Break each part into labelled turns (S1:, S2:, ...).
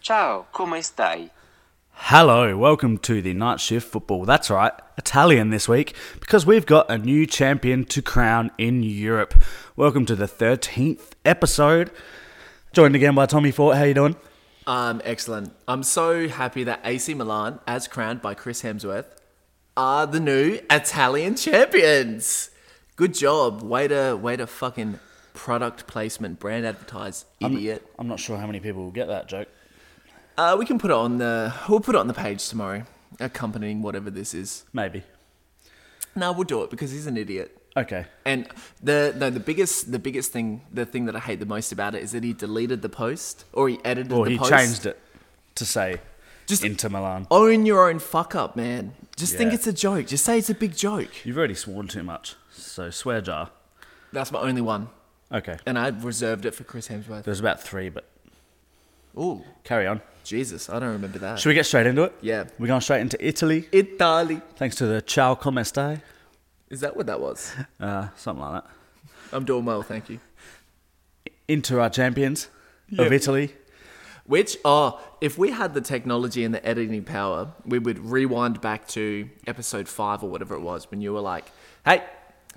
S1: Ciao, come stai?
S2: Hello, welcome to the Night Shift Football. That's right, Italian this week because we've got a new champion to crown in Europe. Welcome to the 13th episode. Joined again by Tommy Fort. How you doing?
S3: Um, excellent. I'm so happy that AC Milan, as crowned by Chris Hemsworth, are the new Italian champions. Good job. Way to way to fucking product placement, brand advertise, idiot.
S2: I'm not sure how many people will get that joke.
S3: Uh, we can put it on the we'll put it on the page tomorrow, accompanying whatever this is.
S2: Maybe.
S3: No, we'll do it because he's an idiot.
S2: Okay.
S3: And the no, the biggest the biggest thing the thing that I hate the most about it is that he deleted the post or he edited
S2: Well,
S3: the
S2: he
S3: post.
S2: changed it to say
S3: Just- Oh.
S2: Inter Milan.
S3: Own your own fuck up, man. Just think
S2: Yeah.
S3: it's a joke. Just say it's a big joke.
S2: You've already sworn too much, so swear jar.
S3: That's my only one,
S2: Okay.
S3: and I reserved it for Chris Hemsworth.
S2: There's about three, but
S3: Oh,
S2: carry on.
S3: Jesus, I don't remember that.
S2: Should we get straight into it?
S3: Yeah.
S2: We're going straight into Italy,
S3: Italy.
S2: thanks to the Ciao Come Stai,
S3: Is that what that was?
S2: uh, something like that.
S3: I'm doing well, thank you.
S2: into our champions of
S3: Yep.
S2: Italy.
S3: Which, oh, if we had the technology and the editing power, we would rewind back to episode five or whatever it was when you were like, hey,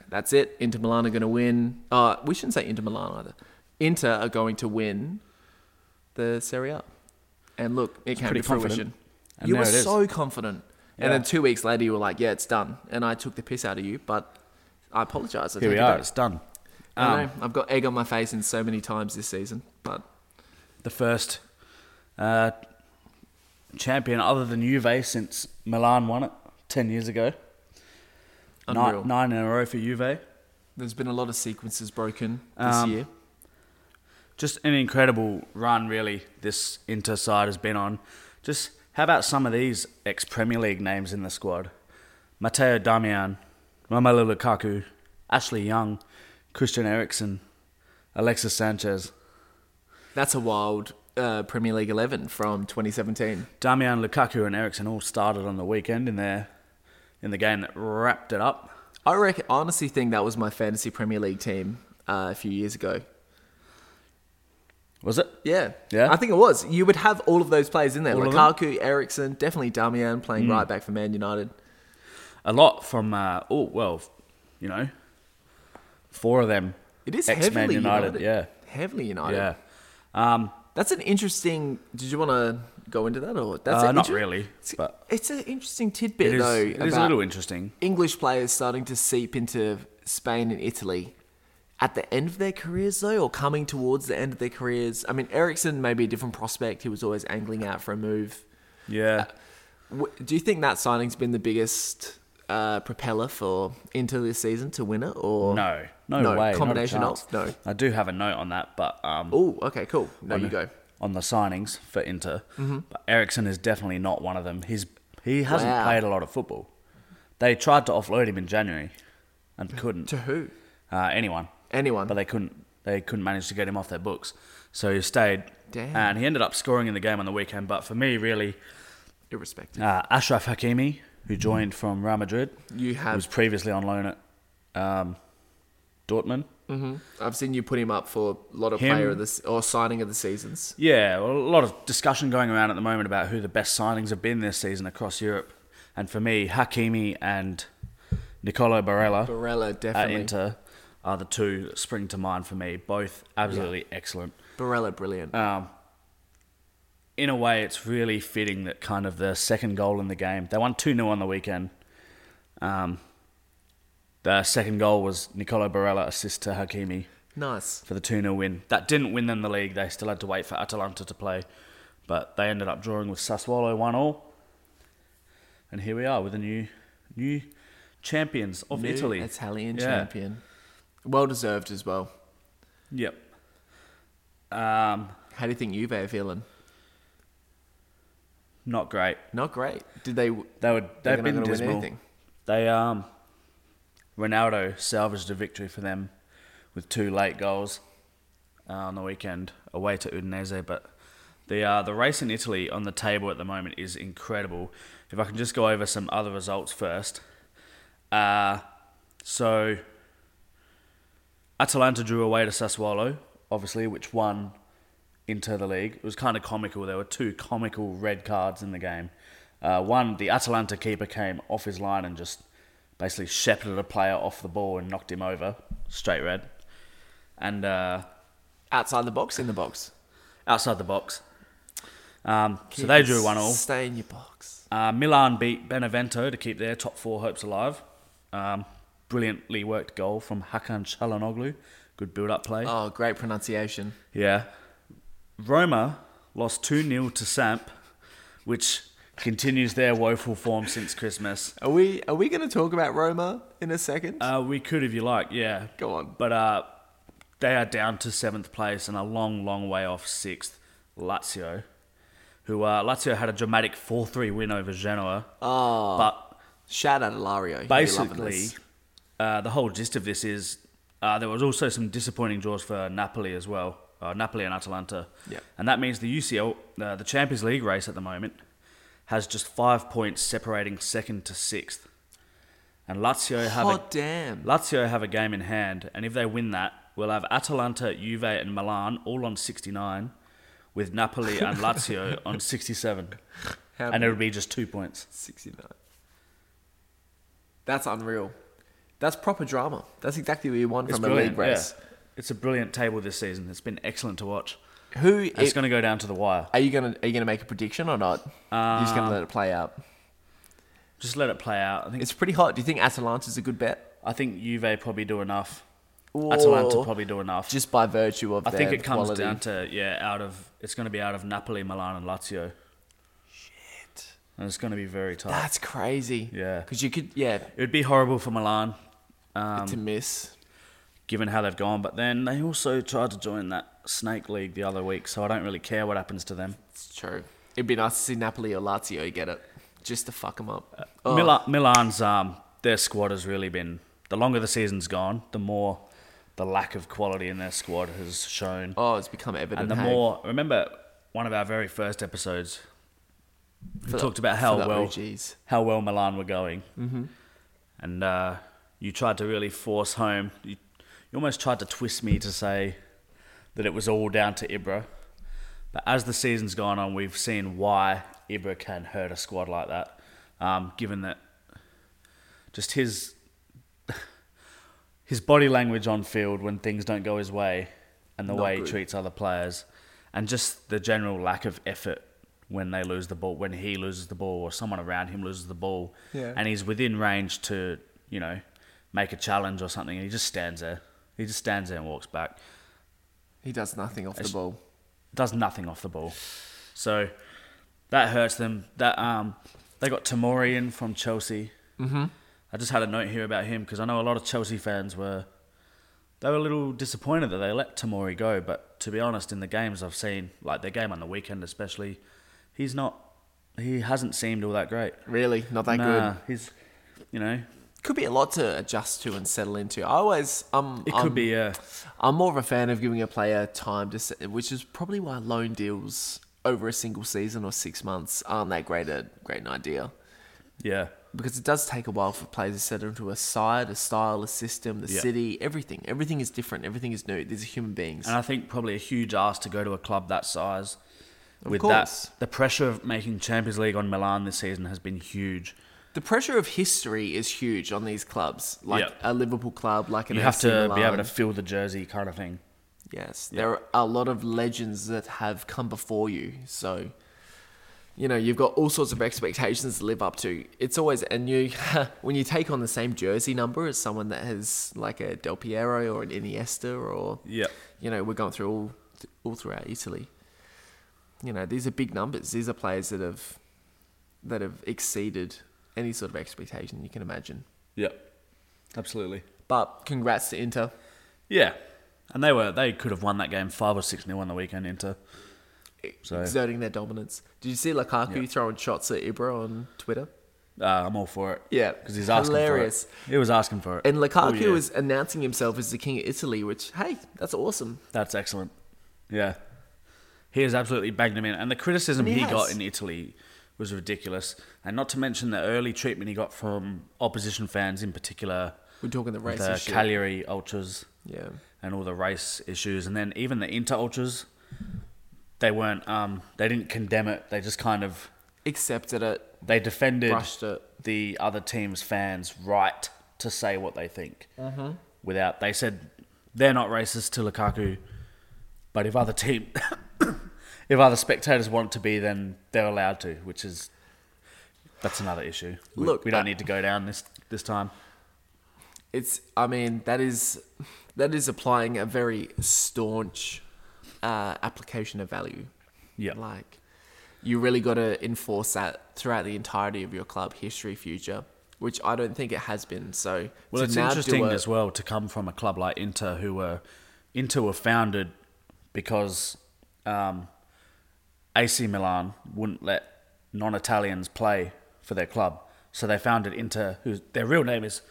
S3: that's it. Inter Milan are going to win. Uh, we shouldn't say Inter Milan either. Inter are going to win the Serie A. And look, it came
S2: pretty
S3: to
S2: confident.
S3: fruition.
S2: And
S3: you
S2: there
S3: were
S2: it is.
S3: so confident.
S2: Yeah.
S3: And then two weeks later, you were like, yeah, it's done. And I took the piss out of you, but I apologize. I
S2: Here we
S3: take it
S2: are.
S3: back.
S2: It's done.
S3: I
S2: Um,
S3: know, I've got egg on my face in so many times this season, but
S2: the first uh, champion other than Juve since Milan won it ten years ago. Ni-
S3: unreal.
S2: nine in a row for Juve.
S3: There's been a lot of sequences broken this
S2: Um,
S3: year.
S2: Just an incredible run, really. This Inter side has been on. Just how about some of these ex-Premier League names in the squad? Matteo Damian, Romelu Lukaku, Ashley Young, Christian Eriksen, Alexis Sanchez.
S3: That's a wild uh, Premier League 11 from 2017.
S2: Damian Lukaku and Ericsson all started on the weekend in their in the game that wrapped it up.
S3: I reckon, honestly think that was my fantasy Premier League team uh, a few years ago.
S2: Was it?
S3: Yeah.
S2: Yeah?
S3: I think it was. You would have all of those players in there.
S2: All of them? Hmm.
S3: Lukaku, Ericsson, definitely Damian playing right back for Man United.
S2: A lot from uh, oh well, you know, four of them.
S3: It is
S2: X-Men
S3: heavily United.
S2: Yeah,
S3: Heavily United.
S2: yeah.
S3: That's an interesting. Did you want to go into that or that's
S2: Uh,
S3: an
S2: not really,
S3: It's,
S2: but-
S3: it's an interesting tidbit
S2: It is.
S3: though.
S2: it is a
S3: about-
S2: little interesting.
S3: English players starting to seep into Spain and Italy at the end of their careers, though, or coming towards the end of their careers. I mean, Ericsson may be a different prospect. He was always angling out for a move.
S2: Yeah,
S3: W- Do you think that signing's been the biggest uh, propeller for into this season to win it? Or
S2: no, no,
S3: Uh, no,
S2: way. not a
S3: combination
S2: chance.
S3: of- no.
S2: I do have a note on that, but um,
S3: Oh, okay, cool. There you go. Mm-hmm.
S2: on the signings for Inter, but Ericsson is definitely not one of them. He's he hasn't
S3: Wow.
S2: played a lot of football. They tried to offload him in January and couldn't.
S3: To who?
S2: uh, anyone,
S3: Anyone?
S2: but they couldn't. They couldn't manage to get him off their books, so he stayed.
S3: Damn.
S2: And he ended up scoring in the game on the weekend. But for me, really,
S3: Irrespective.
S2: uh, Ashraf Hakimi, who joined from Real Madrid,
S3: You
S2: who was
S3: have.
S2: previously on loan at um, Dortmund.
S3: Mhm. I've seen you put him up for a lot of
S2: Him-
S3: player of this or signing of the seasons.
S2: Yeah, well, a lot of discussion going around at the moment about who the best signings have been this season across Europe. And for me, Hakimi and Nicolo Barella
S3: Barella
S2: at
S3: definitely.
S2: Inter are the two that spring to mind for me. Both absolutely excellent.
S3: Barella brilliant.
S2: Uh, in a way, it's really fitting that kind of the second goal in the game. They won 2 0 on the weekend. Um, the second goal was Nicolo Barella assist to Hakimi
S3: nice.
S2: for the 2 0 win. That didn't win them the league. They still had to wait for Atalanta to play, but they ended up drawing with Sassuolo 1 0. And here we are with the new new champions of
S3: New
S2: Italy.
S3: Italian
S2: Yeah.
S3: champion. Well deserved as well.
S2: Yep. Um,
S3: How do you think Juve are feeling?
S2: not great.
S3: Not great. Did they?
S2: They were
S3: They're
S2: they've
S3: not
S2: been
S3: gonna win
S2: dismal.
S3: anything.
S2: They um Ronaldo salvaged a victory for them with two late goals uh, on the weekend away to Udinese, but the uh, the race in Italy on the table at the moment is incredible. If I can just go over some other results first. Uh so Atalanta drew away to Sassuolo, obviously, which won into the league. It was kind of comical. There were two comical red cards in the game. Uh, one, the Atalanta keeper came off his line and just basically shepherded a player off the ball and knocked him over. Straight red. And uh,
S3: Outside the box, in the box.
S2: outside the box. Um, so they drew
S3: Keep-
S2: one all.
S3: Stay in your box.
S2: Uh, Milan beat Benevento to keep their top four hopes alive. Um, brilliantly worked goal from Hakan Çalhanoğlu. Good build-up play.
S3: Oh, great pronunciation.
S2: Yeah. Roma lost 2 0 to Samp, which continues their woeful form since Christmas.
S3: Are we are we going to talk about Roma in a second?
S2: Uh, we could if you like, yeah.
S3: Go on.
S2: But uh, they are down to seventh place and a long, long way off sixth, Lazio. Who uh, Lazio had a dramatic 4 3 win over Genoa.
S3: oh,
S2: But
S3: shout out Ilario. He'll be loving
S2: basically,
S3: this.
S2: uh, the whole gist of this is uh, there was also some disappointing draws for Napoli as well, uh, Napoli and Atalanta.
S3: Yep.
S2: And that means the UCL, uh, the Champions League race at the moment, has just five points separating second to sixth. And Lazio have
S3: hot
S2: a,
S3: damn.
S2: Lazio have a game in hand, and if they win that, we'll have Atalanta, Juve, and Milan all on 69, with Napoli and Lazio on 67.
S3: How
S2: And it'll be just two points.
S3: 69. That's unreal. That's proper drama. That's exactly what you want from a league
S2: yeah.
S3: race.
S2: It's a brilliant table this season. It's been excellent to watch.
S3: Who
S2: And it's
S3: i-
S2: going to go down to the wire.
S3: are you gonna are you gonna make a prediction or not? You're just gonna let it play out.
S2: Just let it play out. I think
S3: It's pretty hot. Do you think Atalanta's a good bet?
S2: I think Juve probably do enough.
S3: Or
S2: Atalanta probably do enough.
S3: just by virtue of
S2: I
S3: their
S2: think it comes
S3: quality.
S2: down to yeah, out of it's going to be out of Napoli, Milan, and Lazio, and it's going to be very tight.
S3: That's crazy.
S2: Yeah.
S3: Because you could, yeah,
S2: It would be horrible for Milan, um,
S3: to miss.
S2: given how they've gone. But then they also tried to join that snake league the other week, so I don't really care what happens to them.
S3: It's true. It'd be nice to see Napoli or Lazio get it, just to fuck them
S2: Uh,
S3: up. Oh,
S2: Mila- Milan's um, their squad has really been. The longer the season's gone, the more the lack of quality in their squad has shown,
S3: oh, it's become
S2: and
S3: evident.
S2: the
S3: hey,
S2: more. Remember one of our very first episodes, we
S3: for the-
S2: talked about
S3: for
S2: how
S3: the
S2: well
S3: OGs.
S2: how well Milan were going, mm-hmm. and uh, you tried to really force home. You, you almost tried to twist me to say that it was all down to Ibra, but as the season's gone on, we've seen why Ibra can hurt a squad like that. Um, given that just his his body language on field when things don't go his way, and the
S3: Not
S2: way
S3: good.
S2: he treats other players, and just the general lack of effort when they lose the ball, when he loses the ball, or someone around him loses the ball,
S3: Yeah.
S2: and he's within range to you know make a challenge or something, and he just stands there. He just stands there and walks back
S3: he does nothing off the ball.
S2: does nothing off the ball. So that hurts them. That um, they got Tamori in from Chelsea. Mm-hmm. I just had a note here about him because I know a lot of Chelsea fans were they were a little disappointed that they let Tamori go. But to be honest, in the games I've seen, like their game on the weekend especially, he's not. He hasn't seemed all that great.
S3: Really, not that
S2: nah,
S3: good.
S2: he's you know
S3: Could be a lot to adjust to and settle into. I always, um,
S2: it
S3: I'm,
S2: could be uh,
S3: I'm more of a fan of giving a player time to, se- which is probably why loan deals over a single season or six months aren't that great a great an idea.
S2: yeah
S3: because it does take a while for players to settle into a side, a style, a system, the
S2: Yeah.
S3: city, everything. Everything is different. Everything is new. These are human beings.
S2: And I think probably a huge ask to go to a club that size.
S3: Of
S2: with
S3: course.
S2: that, the pressure of making Champions League on Milan this season has been huge.
S3: the pressure of history is huge on these clubs, like
S2: Yeah.
S3: a Liverpool club, like an
S2: You have
S3: AC
S2: to be
S3: Milan.
S2: able to feel the jersey kind of thing.
S3: Yes, there are a lot of legends that have come before you, so you know you've got all sorts of expectations to live up to. It's always and you when you take on the same jersey number as someone that has like a Del Piero or an Iniesta or
S2: Yep.
S3: you know, we're going through all all throughout Italy. You know, these are big numbers. These are players that have that have exceeded any sort of expectation you can imagine.
S2: Yep. Absolutely.
S3: But congrats to Inter.
S2: Yeah. And they were they could have won that game five or six nil on the weekend Inter. So-
S3: Exerting their dominance. Did you see Lukaku
S2: Yeah.
S3: throwing shots at Ibra on Twitter?
S2: Uh, I'm all for it.
S3: Yeah.
S2: because he's asking
S3: Hilarious.
S2: for it. He was asking for it.
S3: And Lukaku
S2: Oh, yeah.
S3: was announcing himself as the king of Italy, which hey, that's awesome.
S2: That's excellent. Yeah. He has absolutely banged him in. And the criticism
S3: And he
S2: he, got
S3: has.
S2: in Italy was ridiculous. And not to mention the early treatment he got from opposition fans, in particular
S3: We're talking the race
S2: the
S3: issue.
S2: Cagliari Ultras
S3: yeah.
S2: and all the race issues. And then even the Inter Ultras, they weren't um, they didn't condemn it. They just kind of
S3: Accepted it,
S2: they defended
S3: brushed it.
S2: the other team's fans' right to say what they think. Mm-hmm. Without they said they're not racist to Lukaku, but if other team, if other spectators want to be, then they're allowed to, which is that's another issue. We,
S3: Look,
S2: we don't
S3: I-
S2: need to go down this this time.
S3: It's. I mean, that is that is applying a very staunch uh, application of value.
S2: Yeah,
S3: Like, you really got to enforce that throughout the entirety of your club history, future, which I don't think it has been. So,
S2: Well,
S3: to
S2: it's
S3: now do
S2: interesting
S3: it-
S2: as well to come from a club like Inter, who were Inter were founded because um, AC Milan wouldn't let non-Italians play for their club, so they founded Inter, who their real name is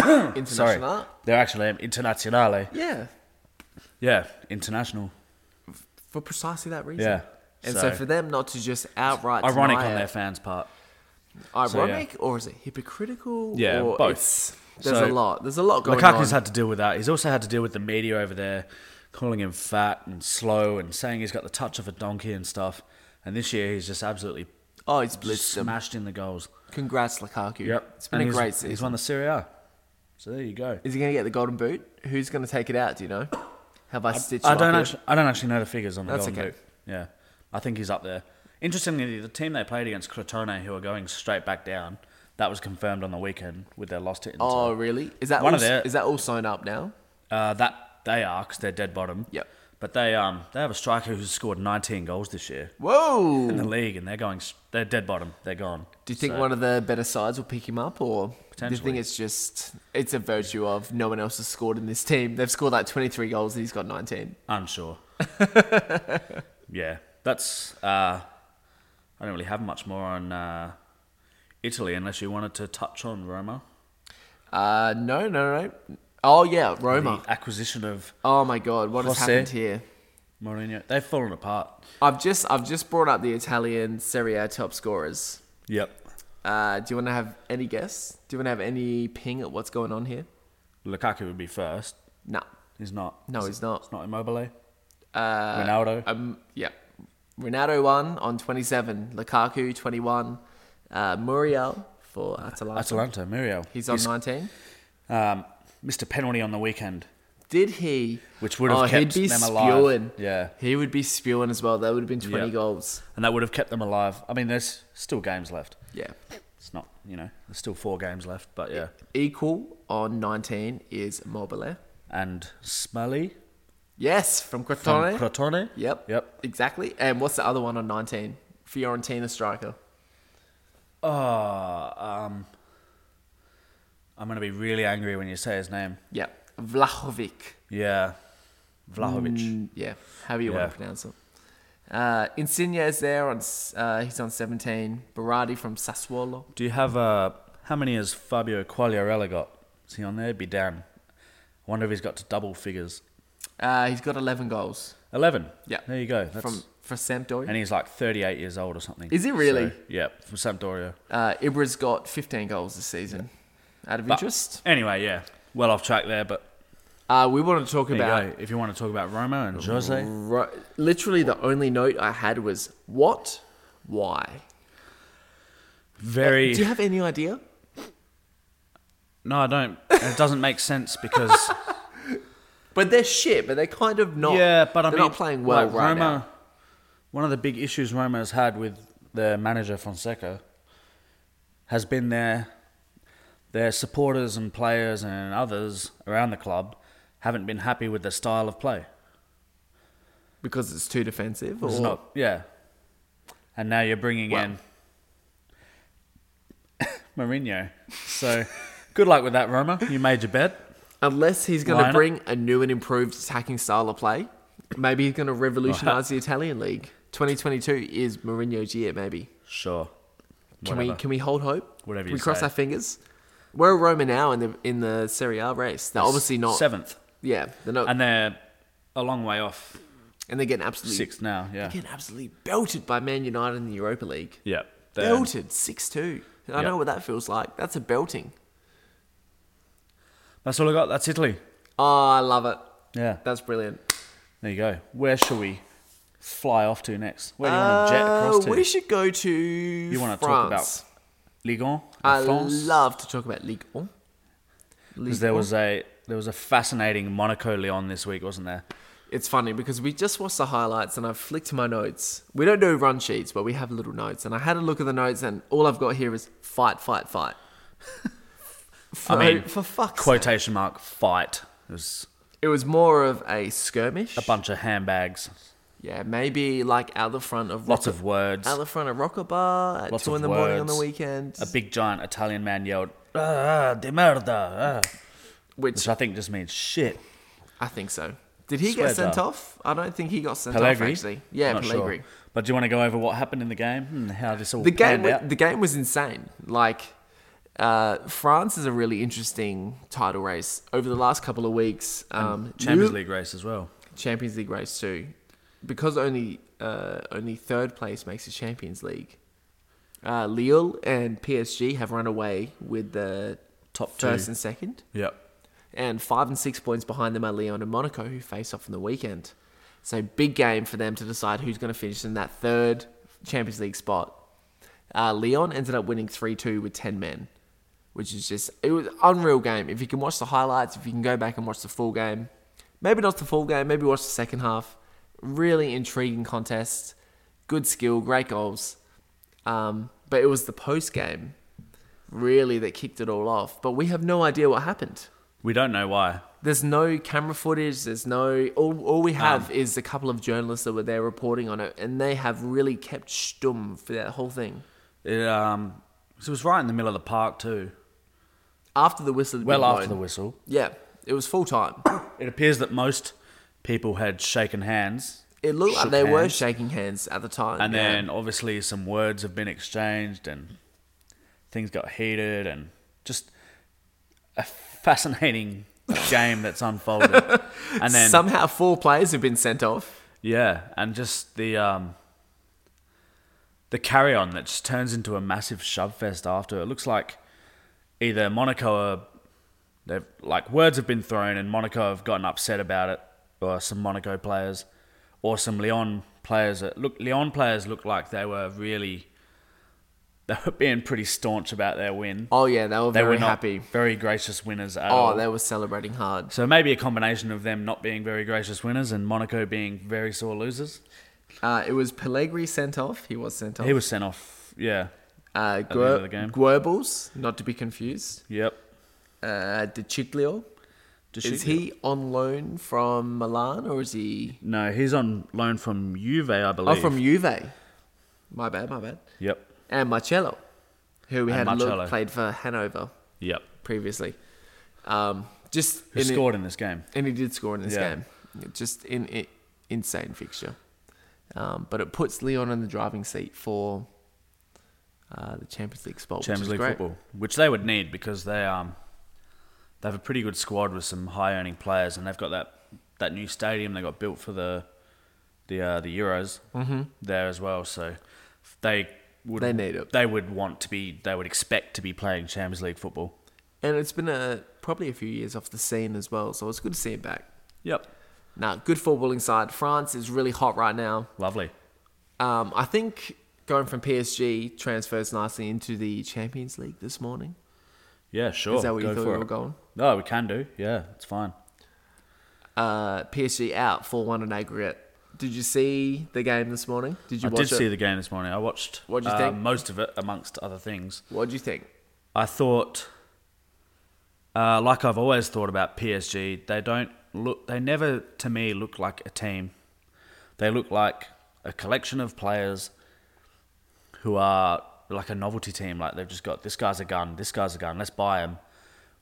S2: sorry,
S3: International.
S2: their actual name Internazionale.
S3: Yeah,
S2: Yeah, international.
S3: for precisely that reason.
S2: Yeah,
S3: And so,
S2: so-
S3: for them not to just outright
S2: Ironic
S3: deny
S2: on
S3: it-
S2: their fans' part. So, yeah.
S3: ironic or is it hypocritical?
S2: Yeah,
S3: or
S2: both.
S3: it's- there's
S2: So,
S3: a lot. There's a lot going on.
S2: Lukaku's had to deal with that. He's also had to deal with the media over there calling him fat and slow and saying he's got the touch of a donkey and stuff. And this year he's just absolutely
S3: oh, it's blitzed them.
S2: smashed in the goals.
S3: Congrats, Lukaku. It's been
S2: And
S3: a
S2: he's-
S3: great season.
S2: He's won the Serie A. So there you go.
S3: Is he going to get the golden boot? Who's going to take it out? Do you know? Have I stitched?
S2: I
S3: it
S2: don't
S3: up
S2: actually, I don't actually know the figures on the
S3: That's
S2: Golden
S3: okay.
S2: Boot. Yeah, I think he's up there. Interestingly, the team they played against Crotone, who are going straight back down, that was confirmed on the weekend with their loss to Inter.
S3: Yet? Oh, really? Is that
S2: One
S3: all,
S2: of their-
S3: is that all sewn up now?
S2: Uh, that they are because they're dead bottom.
S3: Yep.
S2: But they um they have a striker who's scored 19 goals this year in the
S3: Whoa!
S2: league, and they're going s- they're dead bottom. They're gone.
S3: Do you think
S2: So,
S3: one of the better sides will pick him up, or do you think
S2: Potentially.
S3: it's just it's a virtue of no one else has scored in this team? They've scored like 23 goals and he's got 19.
S2: Unsure. yeah, that's. Uh, I don't really have much more on uh, Italy unless you wanted to touch on Roma,
S3: Uh, no, no, no. Oh yeah, Roma.
S2: the acquisition of
S3: Oh my God, what has
S2: Jose.
S3: happened here?
S2: Mourinho. They've fallen apart.
S3: I've just I've just brought up the Italian Serie A top scorers.
S2: Yep.
S3: Uh, do you want to have any guess? Do you want to have any ping at what's going on here?
S2: Lukaku would be first.
S3: No,
S2: He's not.
S3: no,
S2: Is
S3: he's
S2: it-
S3: not.
S2: It's not Immobile.
S3: Uh,
S2: Ronaldo.
S3: Um, yeah, Ronaldo one on twenty seven, Lukaku twenty one, uh, Muriel for Atalanta.
S2: Atalanta. Muriel.
S3: He's on nineteen.
S2: Um, missed a penalty on the weekend,
S3: Did he?
S2: which would have
S3: oh,
S2: kept
S3: he'd be
S2: them alive.
S3: spewing.
S2: Yeah,
S3: He would be spewing as well. That would have been twenty
S2: Yeah.
S3: goals.
S2: and that would have kept them alive. I mean, there's still games left.
S3: Yeah.
S2: It's not, you know, there's still four games left, but yeah.
S3: Equal on nineteen is Mobile.
S2: And Smelly
S3: Yes, from Crotone.
S2: from Crotone.
S3: Yep.
S2: Yep.
S3: Exactly. And what's the other one on 19? Fiorentina striker.
S2: Oh, um, I'm gonna be really angry when you say his name.
S3: Yep. Vlahovic.
S2: Yeah, Vlahovic.
S3: Mm, yeah. However you
S2: Yeah.
S3: want to pronounce it. Uh, Insigne is there on. s- Uh, he's on 17. Berardi from Sassuolo.
S2: Do you have uh how many has Fabio Quagliarella got? Is he on there? It'd be down. I wonder if he's got to double figures.
S3: Uh, he's got 11 goals
S2: Eleven.
S3: Yeah.
S2: There you go. That's,
S3: from for Sampdoria.
S2: and he's like thirty eight years old or something.
S3: Is he really?
S2: So, yeah, from Sampdoria.
S3: Uh, Ibra's got 15 goals this season. Out of
S2: But-
S3: interest,
S2: Anyway, yeah. Well off track there, but
S3: uh, we want to talk
S2: there you
S3: about.
S2: go. If you want to talk about Roma and Jose.
S3: Ro- literally, the only note I had was what, why.
S2: Very
S3: Do you have any idea?
S2: No, I don't. It doesn't make sense because
S3: But they're shit. But they're kind of not.
S2: Yeah, but I
S3: they're
S2: mean,
S3: not playing well
S2: like,
S3: right
S2: Roma,
S3: now.
S2: One of the big issues Roma has had with their manager Fonseca has been their their supporters and players and others around the club haven't been happy with their style of play.
S3: because it's too defensive.
S2: It's
S3: Or,
S2: not, yeah. And now you're bringing
S3: Well-
S2: in Mourinho. So good luck with that, Roma. You made your bet.
S3: unless he's going to
S2: Lineup.
S3: bring a new and improved attacking style of play, maybe he's going to revolutionise the Italian league. 2022 is Mourinho's year. Maybe
S2: Sure.
S3: can
S2: Whatever.
S3: we can we hold hope?
S2: Whatever
S3: Can
S2: you
S3: we cross
S2: say.
S3: our fingers. We're Roma now in the in the Serie A race. They're obviously not.
S2: seventh,
S3: Yeah, they're not, and,
S2: and they're a long way off
S3: they're getting absolutely
S2: sixth now. Yeah.
S3: they're getting absolutely belted by Man United in the Europa League.
S2: Yeah. they're-
S3: Belted six two. I
S2: Yeah.
S3: know what that feels like. That's a belting.
S2: That's all I got. That's Italy.
S3: Oh, I love it.
S2: Yeah.
S3: That's brilliant.
S2: There you go. Where shall we fly off to next? Where do you want to jet across to?
S3: Uh, we should go to. You
S2: wanna
S3: want to
S2: talk about Ligue 1 in
S3: I
S2: France?
S3: love to talk about Ligue 1.
S2: Because there was a there was a fascinating Monaco Leon this week, wasn't there?
S3: It's funny because we just watched the highlights and I flicked my notes. We don't do run sheets, but we have little notes. And I had a look at the notes and all I've got here is fight, fight, fight. for,
S2: I mean,
S3: for fuck's sake.
S2: Quotation mark fight. It was
S3: It was more of a skirmish.
S2: a bunch of handbags,
S3: yeah, maybe like out the front of
S2: lots
S3: Rocket-
S2: of words.
S3: out the front of Rocker Bar at
S2: Lots
S3: two
S2: of
S3: in the morning on the
S2: words.
S3: weekend,
S2: A big giant Italian man yelled, "Ah, de merda," ah,"
S3: which
S2: which I think just means shit.
S3: I think so. Did he
S2: Swear
S3: get sent
S2: jar.
S3: off? I don't think he got sent
S2: Pellegrini,
S3: off actually. Yeah,
S2: Not sure.
S3: Pellegrini.
S2: But do you want to go over what happened in the game? Hmm, how this all
S3: the game
S2: panned
S3: wa-
S2: out?
S3: the game was insane. Like uh, France is a really interesting title race over the last couple of weeks. Um,
S2: Champions
S3: Liu-
S2: League race as well.
S3: Champions League race too, because only uh, only third place makes the Champions League. Uh, Lille and PSG have run away with the
S2: Top two.
S3: first and second,
S2: Yep.
S3: and five and six points behind them are Leon and Monaco, who face off in the weekend. So big game for them to decide who's going to finish in that third Champions League spot. Uh, Leon ended up winning three two with ten men, which is just it was unreal game. If you can watch the highlights, if you can go back and watch the full game, maybe not the full game, maybe watch the second half. Really intriguing contest, good skill, great goals. Um, but it was the post game really that kicked it all off. But we have no idea what happened.
S2: We don't know why.
S3: There's no camera footage. There's no all. All we have is a couple of journalists that were there reporting on it, and they have really kept stum for that whole thing.
S2: It um, 'cause it was right in the middle of the park too.
S3: After the whistle, had been
S2: Well after the
S3: blown.
S2: whistle,
S3: yeah, it was full time.
S2: it appears that most people had shaken hands.
S3: It looked like
S2: shook
S3: they were
S2: hands,
S3: shaking hands at the time,
S2: and
S3: yeah.
S2: then obviously some words have been exchanged, and things got heated, and just a fascinating game that's unfolded. And then
S3: somehow four players have been sent off.
S2: Yeah, and just the um, the carry on that just turns into a massive shove fest after. It looks like either Monaco are they've like words have been thrown and Monaco have gotten upset about it, or some Monaco players, or some Lyon players. That, look, Lyon players look like they were really they were being pretty staunch about their win.
S3: Oh yeah, they were
S2: they
S3: very
S2: were not
S3: happy.
S2: very gracious winners at all.
S3: Oh, they were celebrating hard.
S2: so maybe a combination of them not being very gracious winners and Monaco being very sore losers.
S3: Uh, it was Pellegrini sent off. He was sent off.
S2: He was sent off. Yeah. the
S3: uh,
S2: end of
S3: Guer-
S2: the game.
S3: Goebbels, not to be confused.
S2: Yep.
S3: Uh, De Chiclio.
S2: Does
S3: Is he on loan from Milan or is he?
S2: No, he's on loan from Juve, I
S3: Oh,
S2: believe.
S3: from Juve. My bad, my bad.
S2: Yep.
S3: And Marcello, who we
S2: And
S3: had a
S2: Marcello.
S3: look played for Hanover
S2: Yep.
S3: previously. Um, just
S2: Who
S3: and he-
S2: scored in this game?
S3: and he did score in this
S2: Yeah.
S3: game. Just in it, insane fixture. Um, but it puts Leon in the driving seat for uh, the Champions League spot. which
S2: Champions
S3: is
S2: League
S3: great.
S2: football, which they would need because they um they have a pretty good squad with some high earning players, and they've got that that new stadium they got built for the the uh, the Euros there as well. So they would
S3: Mm-hmm. They need it.
S2: They would want to be. They would expect to be playing Champions League football.
S3: And it's been a probably a few years off the scene as well, so it's good to see him back.
S2: Yep.
S3: Now, good footballing side. France is really hot right now.
S2: Lovely.
S3: Um, I think going from PSG transfers nicely into the Champions League this morning.
S2: Yeah, sure.
S3: that what you
S2: Go
S3: thought
S2: for
S3: we were
S2: it.
S3: going?
S2: No, we can do. Yeah, it's fine.
S3: Uh, PSG out 4 1 in aggregate. Did you see the game this morning? Did you
S2: I
S3: watch
S2: did
S3: it?
S2: see the game this morning. I watched
S3: What'd you
S2: uh,
S3: think?
S2: most of it, amongst other things.
S3: What do you think?
S2: I thought, uh, like I've always thought about PSG, they don't look. They never, to me, look like a team. They look like a collection of players who are like a novelty team. Like they've just got this guy's a gun, this guy's a gun. Let's buy him.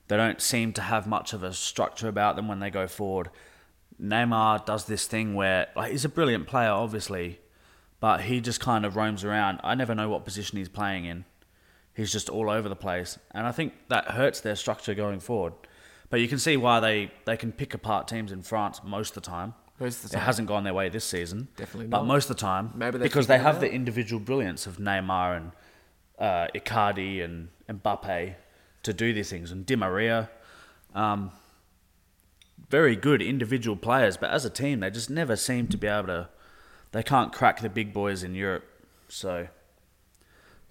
S2: They don't seem to have much of a structure about them when they go forward. Neymar does this thing where like he's a brilliant player, obviously, but he just kind of roams around. I never know what position he's playing in. He's just all over the place, and I think that hurts their structure going forward. But you can see why they, they can pick apart teams in France most of the time.
S3: Most of the
S2: It
S3: time.
S2: hasn't gone their way this season.
S3: Definitely
S2: But
S3: not.
S2: most of the time,
S3: Maybe they
S2: because they
S3: figured it
S2: have
S3: out.
S2: the individual brilliance of Neymar and uh, Icardi and Mbappe to do these things, and Di Maria, um, very good individual players, but as a team, they just never seem to be able to. they can't crack the big boys in Europe, so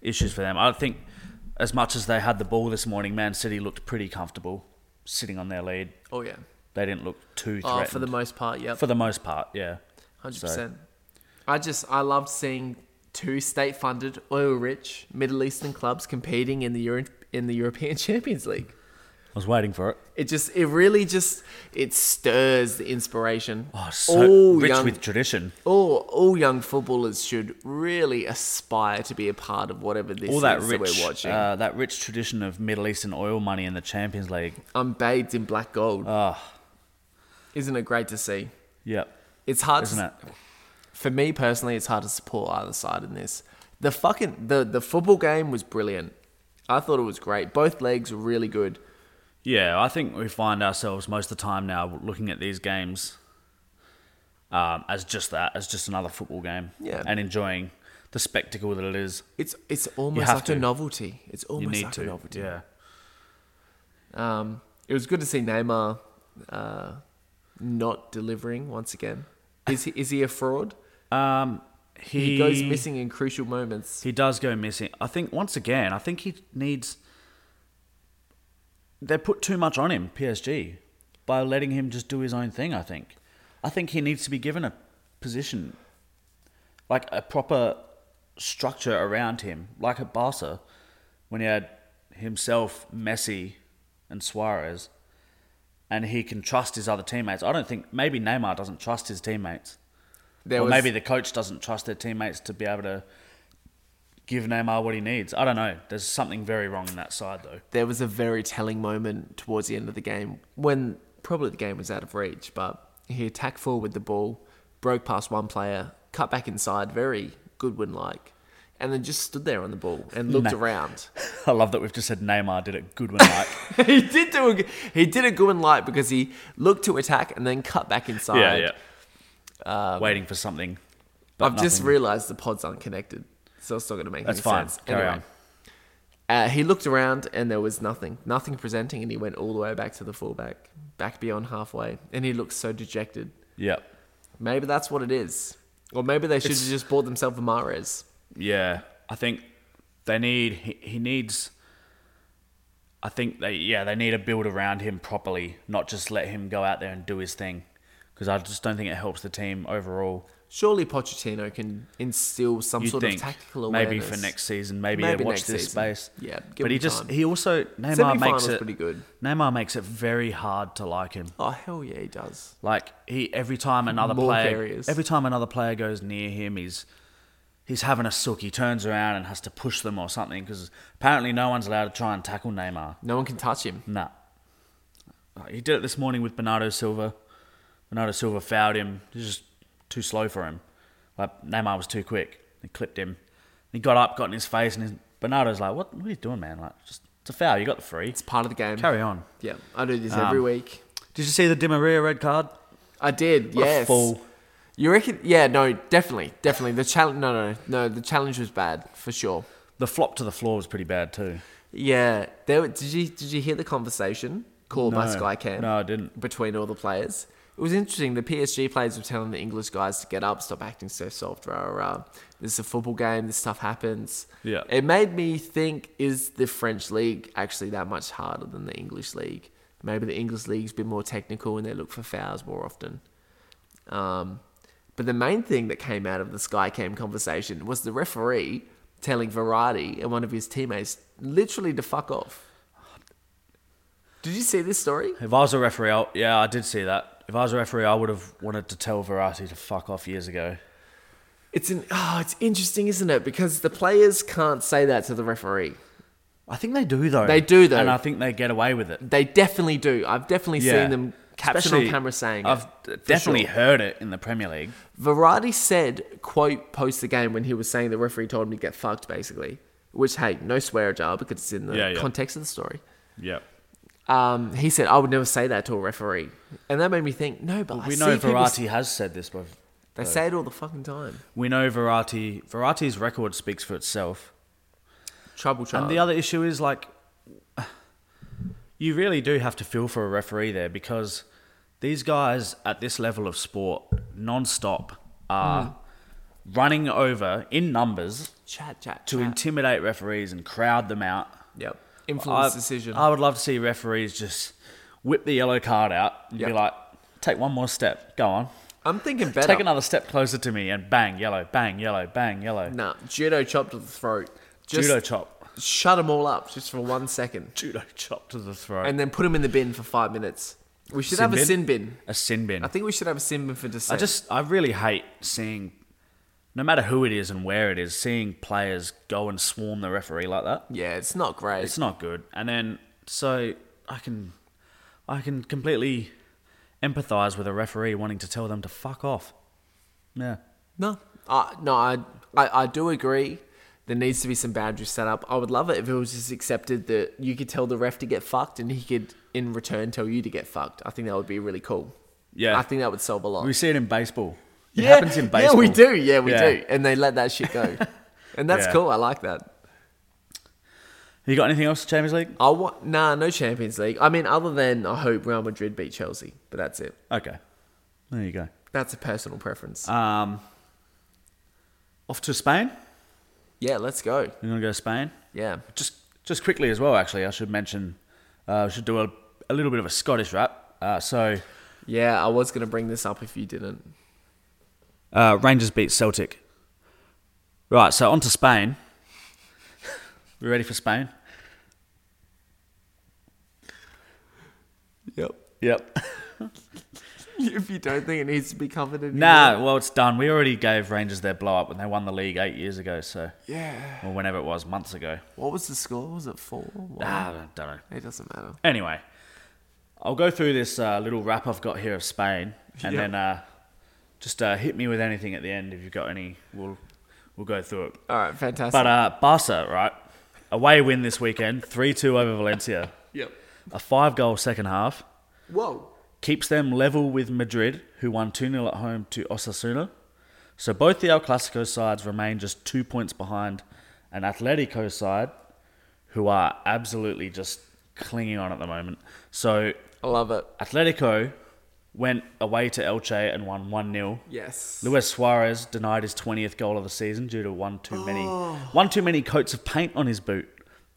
S2: issues for them. I think as much as they had the ball this morning, Man City looked pretty comfortable sitting on their lead.
S3: Oh yeah.
S2: They didn't look too
S3: Oh,
S2: threatened
S3: for the most part, yep.
S2: for the most part. Yeah,
S3: Hundred
S2: So-
S3: percent. I just I love seeing two state-funded, oil-rich Middle Eastern clubs competing in the Euro- in the European Champions League.
S2: I was waiting for it.
S3: It just it really just it stirs the inspiration.
S2: Oh, so rich
S3: young,
S2: with tradition.
S3: all all young footballers should really aspire to be a part of whatever this
S2: All that
S3: is
S2: rich,
S3: that we're watching.
S2: Uh, that rich tradition of Middle Eastern oil money in the Champions League.
S3: I'm bathed in black gold.
S2: Ah,
S3: Isn't it great to see?
S2: yep.
S3: It's hard
S2: Isn't
S3: to,
S2: it?
S3: for me personally, it's hard to support either side in this. The fucking the the football game was brilliant. I thought it was great. Both legs were really good.
S2: Yeah, I think we find ourselves most of the time now looking at these games um, as just that, as just another football game.
S3: Yeah.
S2: And enjoying the spectacle that it is.
S3: It's it's almost
S2: have
S3: like a
S2: to.
S3: novelty. It's
S2: You
S3: almost
S2: need
S3: like
S2: to.
S3: a novelty.
S2: Yeah.
S3: Um, it was good to see Neymar uh, not delivering once again. Is he is he a fraud?
S2: Um,
S3: He,
S2: he,
S3: goes missing in crucial moments.
S2: He does go missing. I think, once again, I think he needs. They put too much on him, PSG, by letting him just do his own thing, I think. I think he needs to be given a position, like a proper structure around him, like at Barca, when he had himself, Messi, and Suarez, and he can trust his other teammates. I don't think, maybe Neymar doesn't trust his teammates
S3: There
S2: or
S3: was
S2: maybe the coach doesn't trust their teammates to be able to give Neymar what he needs. I don't know. There's something very wrong in that side, though.
S3: there was a very telling moment towards the end of the game when probably the game was out of reach, but he attacked forward with the ball, broke past one player, cut back inside, very Goodwin like, and then just stood there on the ball and looked
S2: Nah.
S3: around.
S2: I love that we've just said Neymar did it good when like.
S3: he did do a, g- he did a Goodwin like because he looked to attack and then cut back inside. Um,
S2: Waiting for something.
S3: I've just
S2: nothing.
S3: realised the pod's unconnected, so it's not going to make
S2: That's
S3: any
S2: fine.
S3: sense.
S2: Carry
S3: anyway, Uh, he looked around and there was nothing, nothing presenting, and he went all the way back to the fullback, back beyond halfway, and he looked so dejected.
S2: Yep.
S3: Maybe that's what it is, or maybe they should
S2: It's-
S3: have just bought themselves a Mares.
S2: Yeah. I think they need. He, he needs. I think they. Yeah, they need to build around him properly, not just let him go out there and do his thing. Because I just don't think it helps the team overall.
S3: Surely Pochettino can instill some
S2: you
S3: sort
S2: think
S3: of tactical awareness.
S2: maybe for next season, maybe,
S3: Maybe
S2: yeah, watch
S3: next
S2: this
S3: season.
S2: space.
S3: Yeah, give
S2: but he
S3: him
S2: just
S3: time.
S2: he also Neymar makes
S3: Semi-final's
S2: it
S3: pretty good.
S2: Neymar makes it very hard to like him.
S3: Oh hell yeah, he does.
S2: Like he every time another
S3: More
S2: player
S3: barriers.
S2: every time another player goes near him, he's he's having a sook. He turns around and has to push them or something because apparently no one's allowed to try and tackle Neymar.
S3: No one can touch him.
S2: Nah. Uh, He did it this morning with Bernardo Silva. Bernardo Silva fouled him. He was just too slow for him. Like Neymar was too quick. He clipped him. He got up, got in his face, and his, Bernardo's like, "What? What are you doing, man? Like, just it's a foul. You got the free.
S3: It's part of the game.
S2: Carry Um, on."
S3: Yeah, I do this every week.
S2: Did you see the Di Maria red card?
S3: I did.
S2: What a
S3: yes.
S2: fool.
S3: You reckon? Yeah. No. Definitely. Definitely. The challenge. No. No. No. The challenge was bad for sure.
S2: The flop to the floor was pretty bad too.
S3: Yeah. There. were- Did you Did you hear the conversation called by Skycam
S2: No, I didn't.
S3: between all the players? It was interesting. The PSG players were telling the English guys to get up, stop acting so soft. Rah, rah, rah. This is a football game. This stuff happens.
S2: Yeah.
S3: It made me think: Is the French league actually that much harder than the English league? Maybe the English league's been more technical and they look for fouls more often. Um, but the main thing that came out of the Skycam conversation was the referee telling Variety and one of his teammates literally to fuck off. Did you see this story?
S2: If I was a referee, I, yeah, I did see that. If I was a referee, I would have wanted to tell Verratti to fuck off years ago.
S3: It's an oh, it's interesting, isn't it? Because the players can't say that to the referee.
S2: I think they do though.
S3: They do, though.
S2: and I think they get away with it.
S3: They definitely do. I've definitely
S2: Yeah.
S3: seen them caption
S2: Especially-
S3: on camera saying it,
S2: I've
S3: for
S2: definitely
S3: sure.
S2: heard it in the Premier League.
S3: Variety said, quote, post the game when he was saying the referee told him to get fucked, basically. Which, hey, no swear jar because it's in the
S2: Yeah, yeah.
S3: context of the story.
S2: Yeah.
S3: um, he said, I would never say that to a referee. And that made me think, no, but I
S2: We
S3: see
S2: know
S3: people-
S2: Verratti has said this, but
S3: They say it all the fucking time.
S2: we know Verratti. Verratti's record speaks for itself.
S3: Trouble child.
S2: And the other issue is like, you really do have to feel for a referee there because these guys at this level of sport, non-stop, are
S3: Hmm.
S2: running over in numbers
S3: Chat, chat,
S2: to
S3: chat.
S2: intimidate referees and crowd them out.
S3: yep. Influence
S2: I-
S3: decision.
S2: I would love to see referees just whip the yellow card out and
S3: Yep.
S2: be like, take one more step, go on.
S3: I'm thinking better.
S2: Take another step closer to me and bang, yellow, bang, yellow, bang, yellow.
S3: Nah, judo chop to the throat. Just
S2: Judo chop.
S3: shut them all up just for one second,
S2: Judo chop to the throat.
S3: and then put them in the bin for five minutes. We should
S2: Sin
S3: have a
S2: bin?
S3: sin bin.
S2: a sin bin.
S3: I think we should have a sin bin for
S2: I
S3: dissent.
S2: just, I really hate seeing, no matter who it is and where it is, seeing players go and swarm the referee like that.
S3: yeah, it's not great.
S2: It's not good. And then, so I can, I can completely empathise with a referee wanting to tell them to fuck off. Yeah.
S3: no, I no, I, I I do agree. There needs to be some boundaries set up. I would love it if it was just accepted that you could tell the ref to get fucked, and he could in return tell you to get fucked. I think that would be really cool.
S2: Yeah.
S3: I think that would solve a lot.
S2: We see it in baseball. It
S3: yeah,
S2: happens in baseball.
S3: Yeah, we do. Yeah, we
S2: Yeah.
S3: do. And they let that shit go, and that's
S2: Yeah.
S3: cool. I like that.
S2: You got anything else, Champions League?
S3: I want nah, no Champions League. I mean, other than I hope Real Madrid beat Chelsea, but that's it.
S2: Okay. There you go.
S3: That's a personal preference.
S2: Um, off to Spain.
S3: yeah, let's go.
S2: We're gonna go to Spain.
S3: Yeah,
S2: Just just quickly as well. Actually, I should mention. Uh, I should do a, a little bit of a Scottish rap. Uh, so
S3: yeah. I was gonna bring this up if you didn't.
S2: uh, Rangers beat Celtic. Right. So on to Spain. we ready for Spain?
S3: Yep.
S2: Yep.
S3: if you don't think it needs to be covered in,
S2: nah. Well, it's done. We already gave Rangers their blow up when they won the league eight years ago. So
S3: Yeah.
S2: or whenever it was, months ago.
S3: What was the score? Was it four? One?
S2: Ah, I don't know.
S3: It doesn't matter.
S2: Anyway, I'll go through this uh, little wrap I've got here of Spain, and
S3: Yeah.
S2: then uh, just uh, hit me with anything at the end if you've got any. We'll we'll go through it.
S3: All right, fantastic.
S2: But uh, Barca, right, away win this weekend, three two over Valencia,
S3: yep.
S2: a five goal second half
S3: Whoa.
S2: keeps them level with Madrid, who won two 0 at home to Osasuna. So both the El Clasico sides remain just two points behind an Atletico side, who are absolutely just clinging on at the moment. So
S3: I love it.
S2: Atletico went away to Elche and won 1 0.
S3: Yes.
S2: Luis Suarez denied his 20th goal of the season due to one too many
S3: Oh.
S2: one too many coats of paint on his boot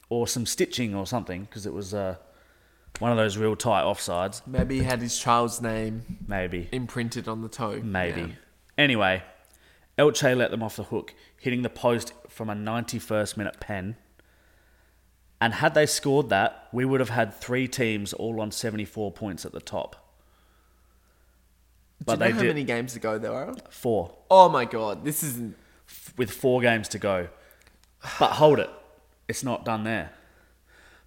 S2: or some stitching or something because it was uh, one of those real tight offsides
S3: Maybe he had his child's name
S2: maybe
S3: imprinted on the toe.
S2: maybe
S3: Yeah.
S2: anyway Elche let them off the hook hitting the post from a 91st minute pen and had they scored that we would have had three teams all on 74 points at the top
S3: Do
S2: but
S3: you know
S2: they
S3: how
S2: did
S3: many games to go there are?
S2: four
S3: Oh my god, this is
S2: with four games to go. But hold it, it's not done there.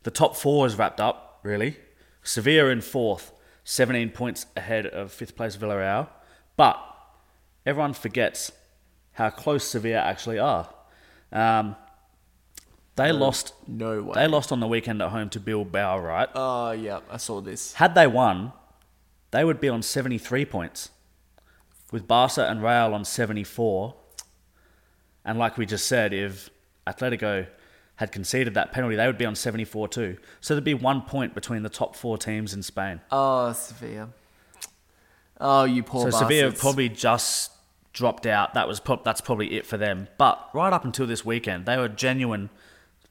S2: The top four is wrapped up, really. Sevilla in fourth, 17 points ahead of fifth place Villarreal. But everyone forgets how close Sevilla actually are. Um, they lost.
S3: no way.
S2: They lost on the weekend at home to Bilbao, right?
S3: Oh yeah, I saw this.
S2: Had they won, they would be on 73 points, with Barca and Real on 74. And like we just said, if Atletico had conceded that penalty, they would be on 74 too. So there'd be one point between the top four teams in Spain.
S3: Oh Sevilla. Oh, you poor.
S2: So
S3: bastards.
S2: Sevilla probably just dropped out. That was prob- that's probably it for them. But right up until this weekend, they were genuine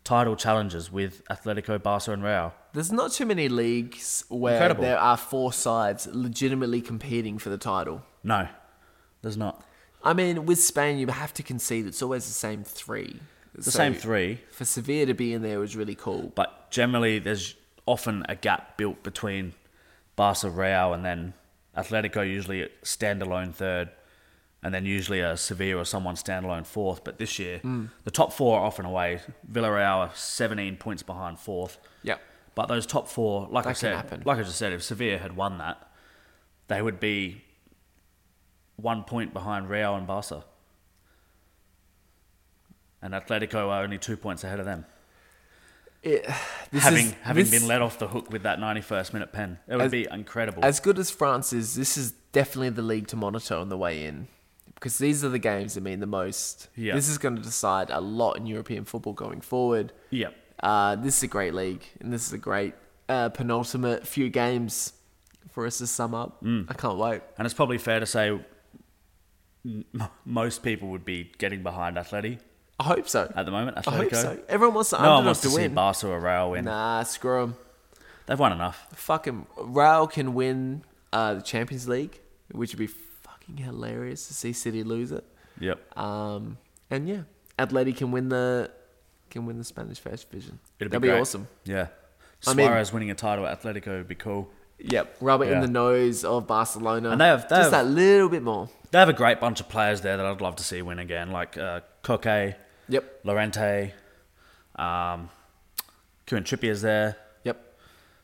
S2: title challengers with Atletico, Barca, and Real.
S3: There's not too many leagues where
S2: Incredible.
S3: there are four sides legitimately competing for the title.
S2: No, there's not.
S3: I mean, with Spain, you have to concede it's always the same three.
S2: The same three.
S3: For Sevilla to be in there was really cool.
S2: but generally there's often a gap built between Barca, Real, and then Atletico usually at standalone third, and then usually a Sevilla or someone standalone fourth. But this year,
S3: Hmm.
S2: the top four are often away. Villarreal are 17 points behind fourth.
S3: Yep.
S2: But those top four, like I
S3: can
S2: said,
S3: happen.
S2: like I just said, if Sevilla had won that, they would be one point behind Real and Barca. And Atletico are only two points ahead of them
S3: It, this
S2: having
S3: is-
S2: having
S3: this-
S2: been let off the hook with that 91st minute pen. It would
S3: As-
S2: be incredible.
S3: as good as France is, this is definitely the league to monitor on the way in. Because these are the games that mean the most.
S2: Yeah.
S3: This is going to decide a lot in European football going forward.
S2: yep.
S3: Uh, this is a great league, and this is a great uh, penultimate few
S2: Mm.
S3: games for us to sum up. I can't wait.
S2: And it's probably fair to say m- most people would be getting behind Atleti
S3: I hope so.
S2: at the moment. Atletico.
S3: I hope so. Everyone wants the
S2: No one
S3: underdog
S2: wants
S3: to,
S2: to, see
S3: win.
S2: Barca or Real win.
S3: Nah, screw 'em.
S2: They've won enough.
S3: Fucking Real can win uh, the Champions League, which would be fucking hilarious to see City lose it.
S2: Yep.
S3: Um, and yeah, Atleti can win the can win the Spanish First Division.
S2: It'd
S3: That'd be
S2: great.
S3: awesome.
S2: Yeah.
S3: I mean-
S2: Suarez winning a title at Atletico would be cool.
S3: Yep, rub it in
S2: Yeah.
S3: the nose of Barcelona.
S2: And they have- they
S3: just
S2: have-
S3: that little bit more.
S2: They have a great bunch of players there that I'd love to see win again, like uh, Koke,
S3: Yep,
S2: Lorente, um, Kieran Trippier's there,
S3: yep.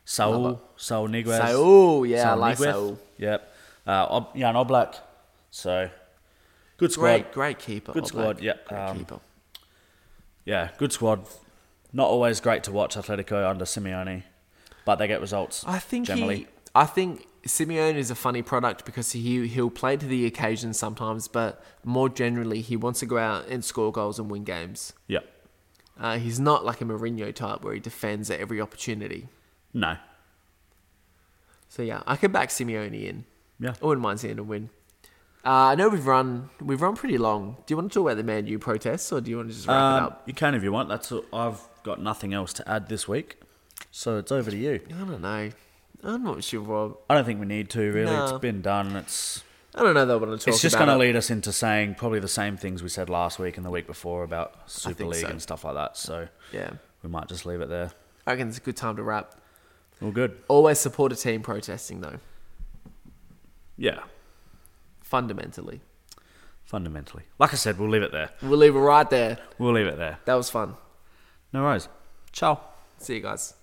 S2: Saul, Saul Niguez.
S3: Saul, yeah, I like
S2: Niguez.
S3: Saul.
S2: Yep. Uh, Ob- Jan Oblak. So, good squad.
S3: Great, great keeper.
S2: Good
S3: Oblak.
S2: squad, yeah,
S3: great
S2: um,
S3: keeper.
S2: Yeah, good squad. Not always great to watch Atletico under Simeone, but they get results
S3: I think
S2: generally.
S3: he, I think Simeone is a funny product because he he'll play to the occasion sometimes, but more generally he wants to go out and score goals and win games.
S2: Yep.
S3: Uh, he's not like a Mourinho type where he defends at every opportunity.
S2: No.
S3: So yeah, I could back Simeone in.
S2: Yeah.
S3: I wouldn't mind seeing him win. Uh, I know we've run we've run pretty long. Do you want to talk about the Man U protests or do you want to just wrap it
S2: Um,
S3: up?
S2: you can if you want. That's all. I've got nothing else to add this week, so it's over to you.
S3: I don't know. I'm not sure. Rob.
S2: I don't think we need to really.
S3: No.
S2: It's been done. It's
S3: I don't know that I want to talk.
S2: it's just
S3: about
S2: going to
S3: it.
S2: lead us into saying probably the same things we said last week and the week before about Super
S3: think
S2: League
S3: so.
S2: and stuff like that. So
S3: Yeah,
S2: we might just leave it there.
S3: I reckon it's a good time to wrap.
S2: All good.
S3: Always support a team protesting though.
S2: Yeah.
S3: fundamentally.
S2: Fundamentally, like I said, we'll leave it there.
S3: We'll leave it right there.
S2: We'll leave it there.
S3: That was fun.
S2: No worries. Ciao.
S3: See you guys.